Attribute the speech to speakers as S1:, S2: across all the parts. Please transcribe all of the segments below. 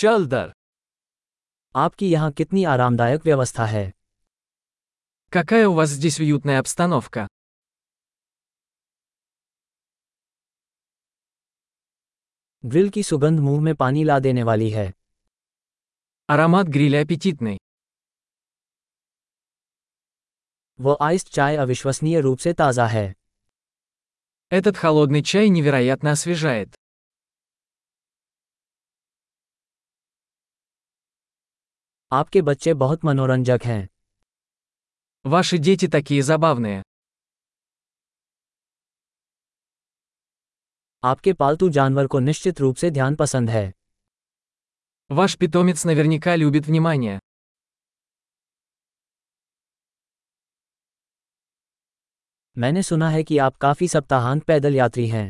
S1: चल दर
S2: आपकी यहाँ कितनी आरामदायक व्यवस्था है
S1: Какая у вас здесь уютная обстановка?
S2: ग्रिल की सुगंध मुंह में पानी ला देने वाली है
S1: Аромат гриля аппетитный.
S2: वो आइस्ड चाय अविश्वसनीय रूप से ताज़ा है
S1: Этот холодный чай невероятно освежает.
S2: आपके बच्चे बहुत मनोरंजक हैं
S1: Ваши дети такие забавные.
S2: आपके पालतू जानवर को निश्चित रूप से ध्यान पसंद है
S1: Ваш питомец наверняка любит внимание.
S2: मैंने सुना है कि आप काफ़ी सप्ताहांत पैदल यात्री हैं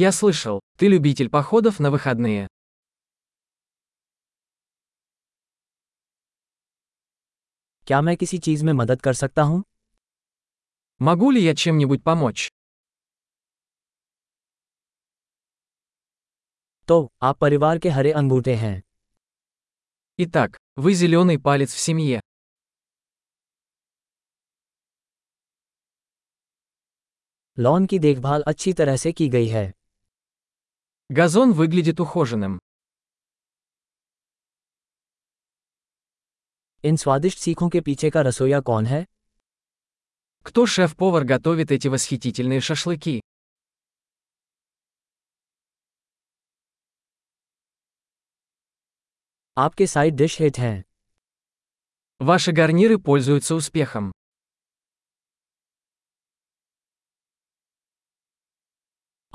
S1: Я слышал, ты любитель походов на выходные.
S2: क्या मैं किसी चीज़ में मदद कर सकता हूँ
S1: Могу ли я чем-нибудь помочь?
S2: तो आप परिवार के हरे अंगूठे हैं
S1: Итак, вы зеленый палец в семье.
S2: लॉन की देखभाल अच्छी तरह से की गई है
S1: Газон выглядит ухоженным.
S2: इन स्वादिष्ट सीखों के पीछे का रसोईया कौन है
S1: Кто шеф-повар готовит эти восхитительные шашлыки?
S2: आपके साइड डिश हिट हैं
S1: Ваши гарниры пользуются успехом.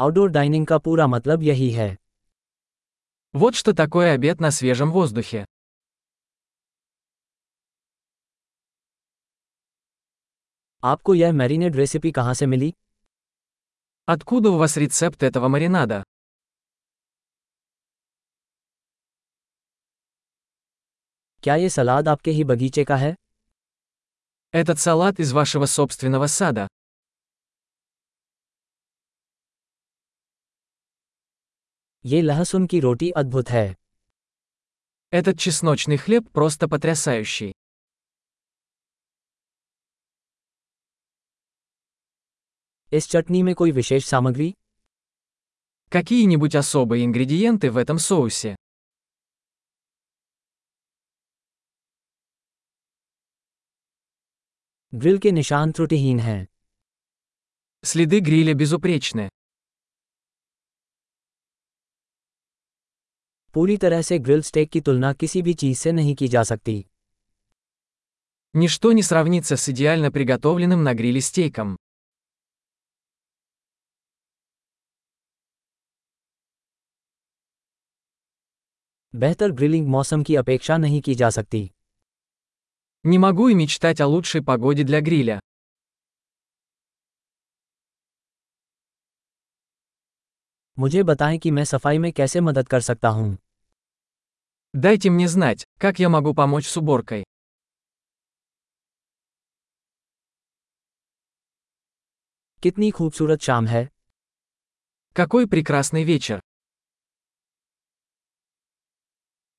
S2: आउटडोर डाइनिंग का पूरा मतलब यही है
S1: Вот что такое обед на свежем воздухе.
S2: आपको यह मैरिनेड रेसिपी कहाँ से मिली
S1: Откуда у вас рецепт этого маринада?
S2: क्या ये सलाद आपके ही बगीचे का है
S1: Этот салат из вашего собственного сада.
S2: ये लहसुन की रोटी अद्भुत है
S1: Этот чесночный хлеб просто потрясающий.
S2: इस चटनी में कोई विशेष सामग्री
S1: Какие-нибудь особые ингредиенты в этом соусе?
S2: ग्रिल के निशान त्रुटिहीन हैं
S1: Следы гриля безупречны.
S2: पूरी तरह से ग्रिल स्टेक की तुलना किसी भी चीज़ से नहीं की जा सकती
S1: Ничто не сравнится с идеально приготовленным на гриле стейком.
S2: बेहतर ग्रिलिंग मौसम की अपेक्षा नहीं की जा सकती
S1: Не могу и мечтать о лучшей погоде для гриля.
S2: मुझे बताएं कि मैं सफाई में कैसे मदद कर सकता हूँ
S1: Дайте мне знать, как я могу помочь с уборкой.
S2: कितनी खूबसूरत शाम है
S1: Какой прекрасный вечер.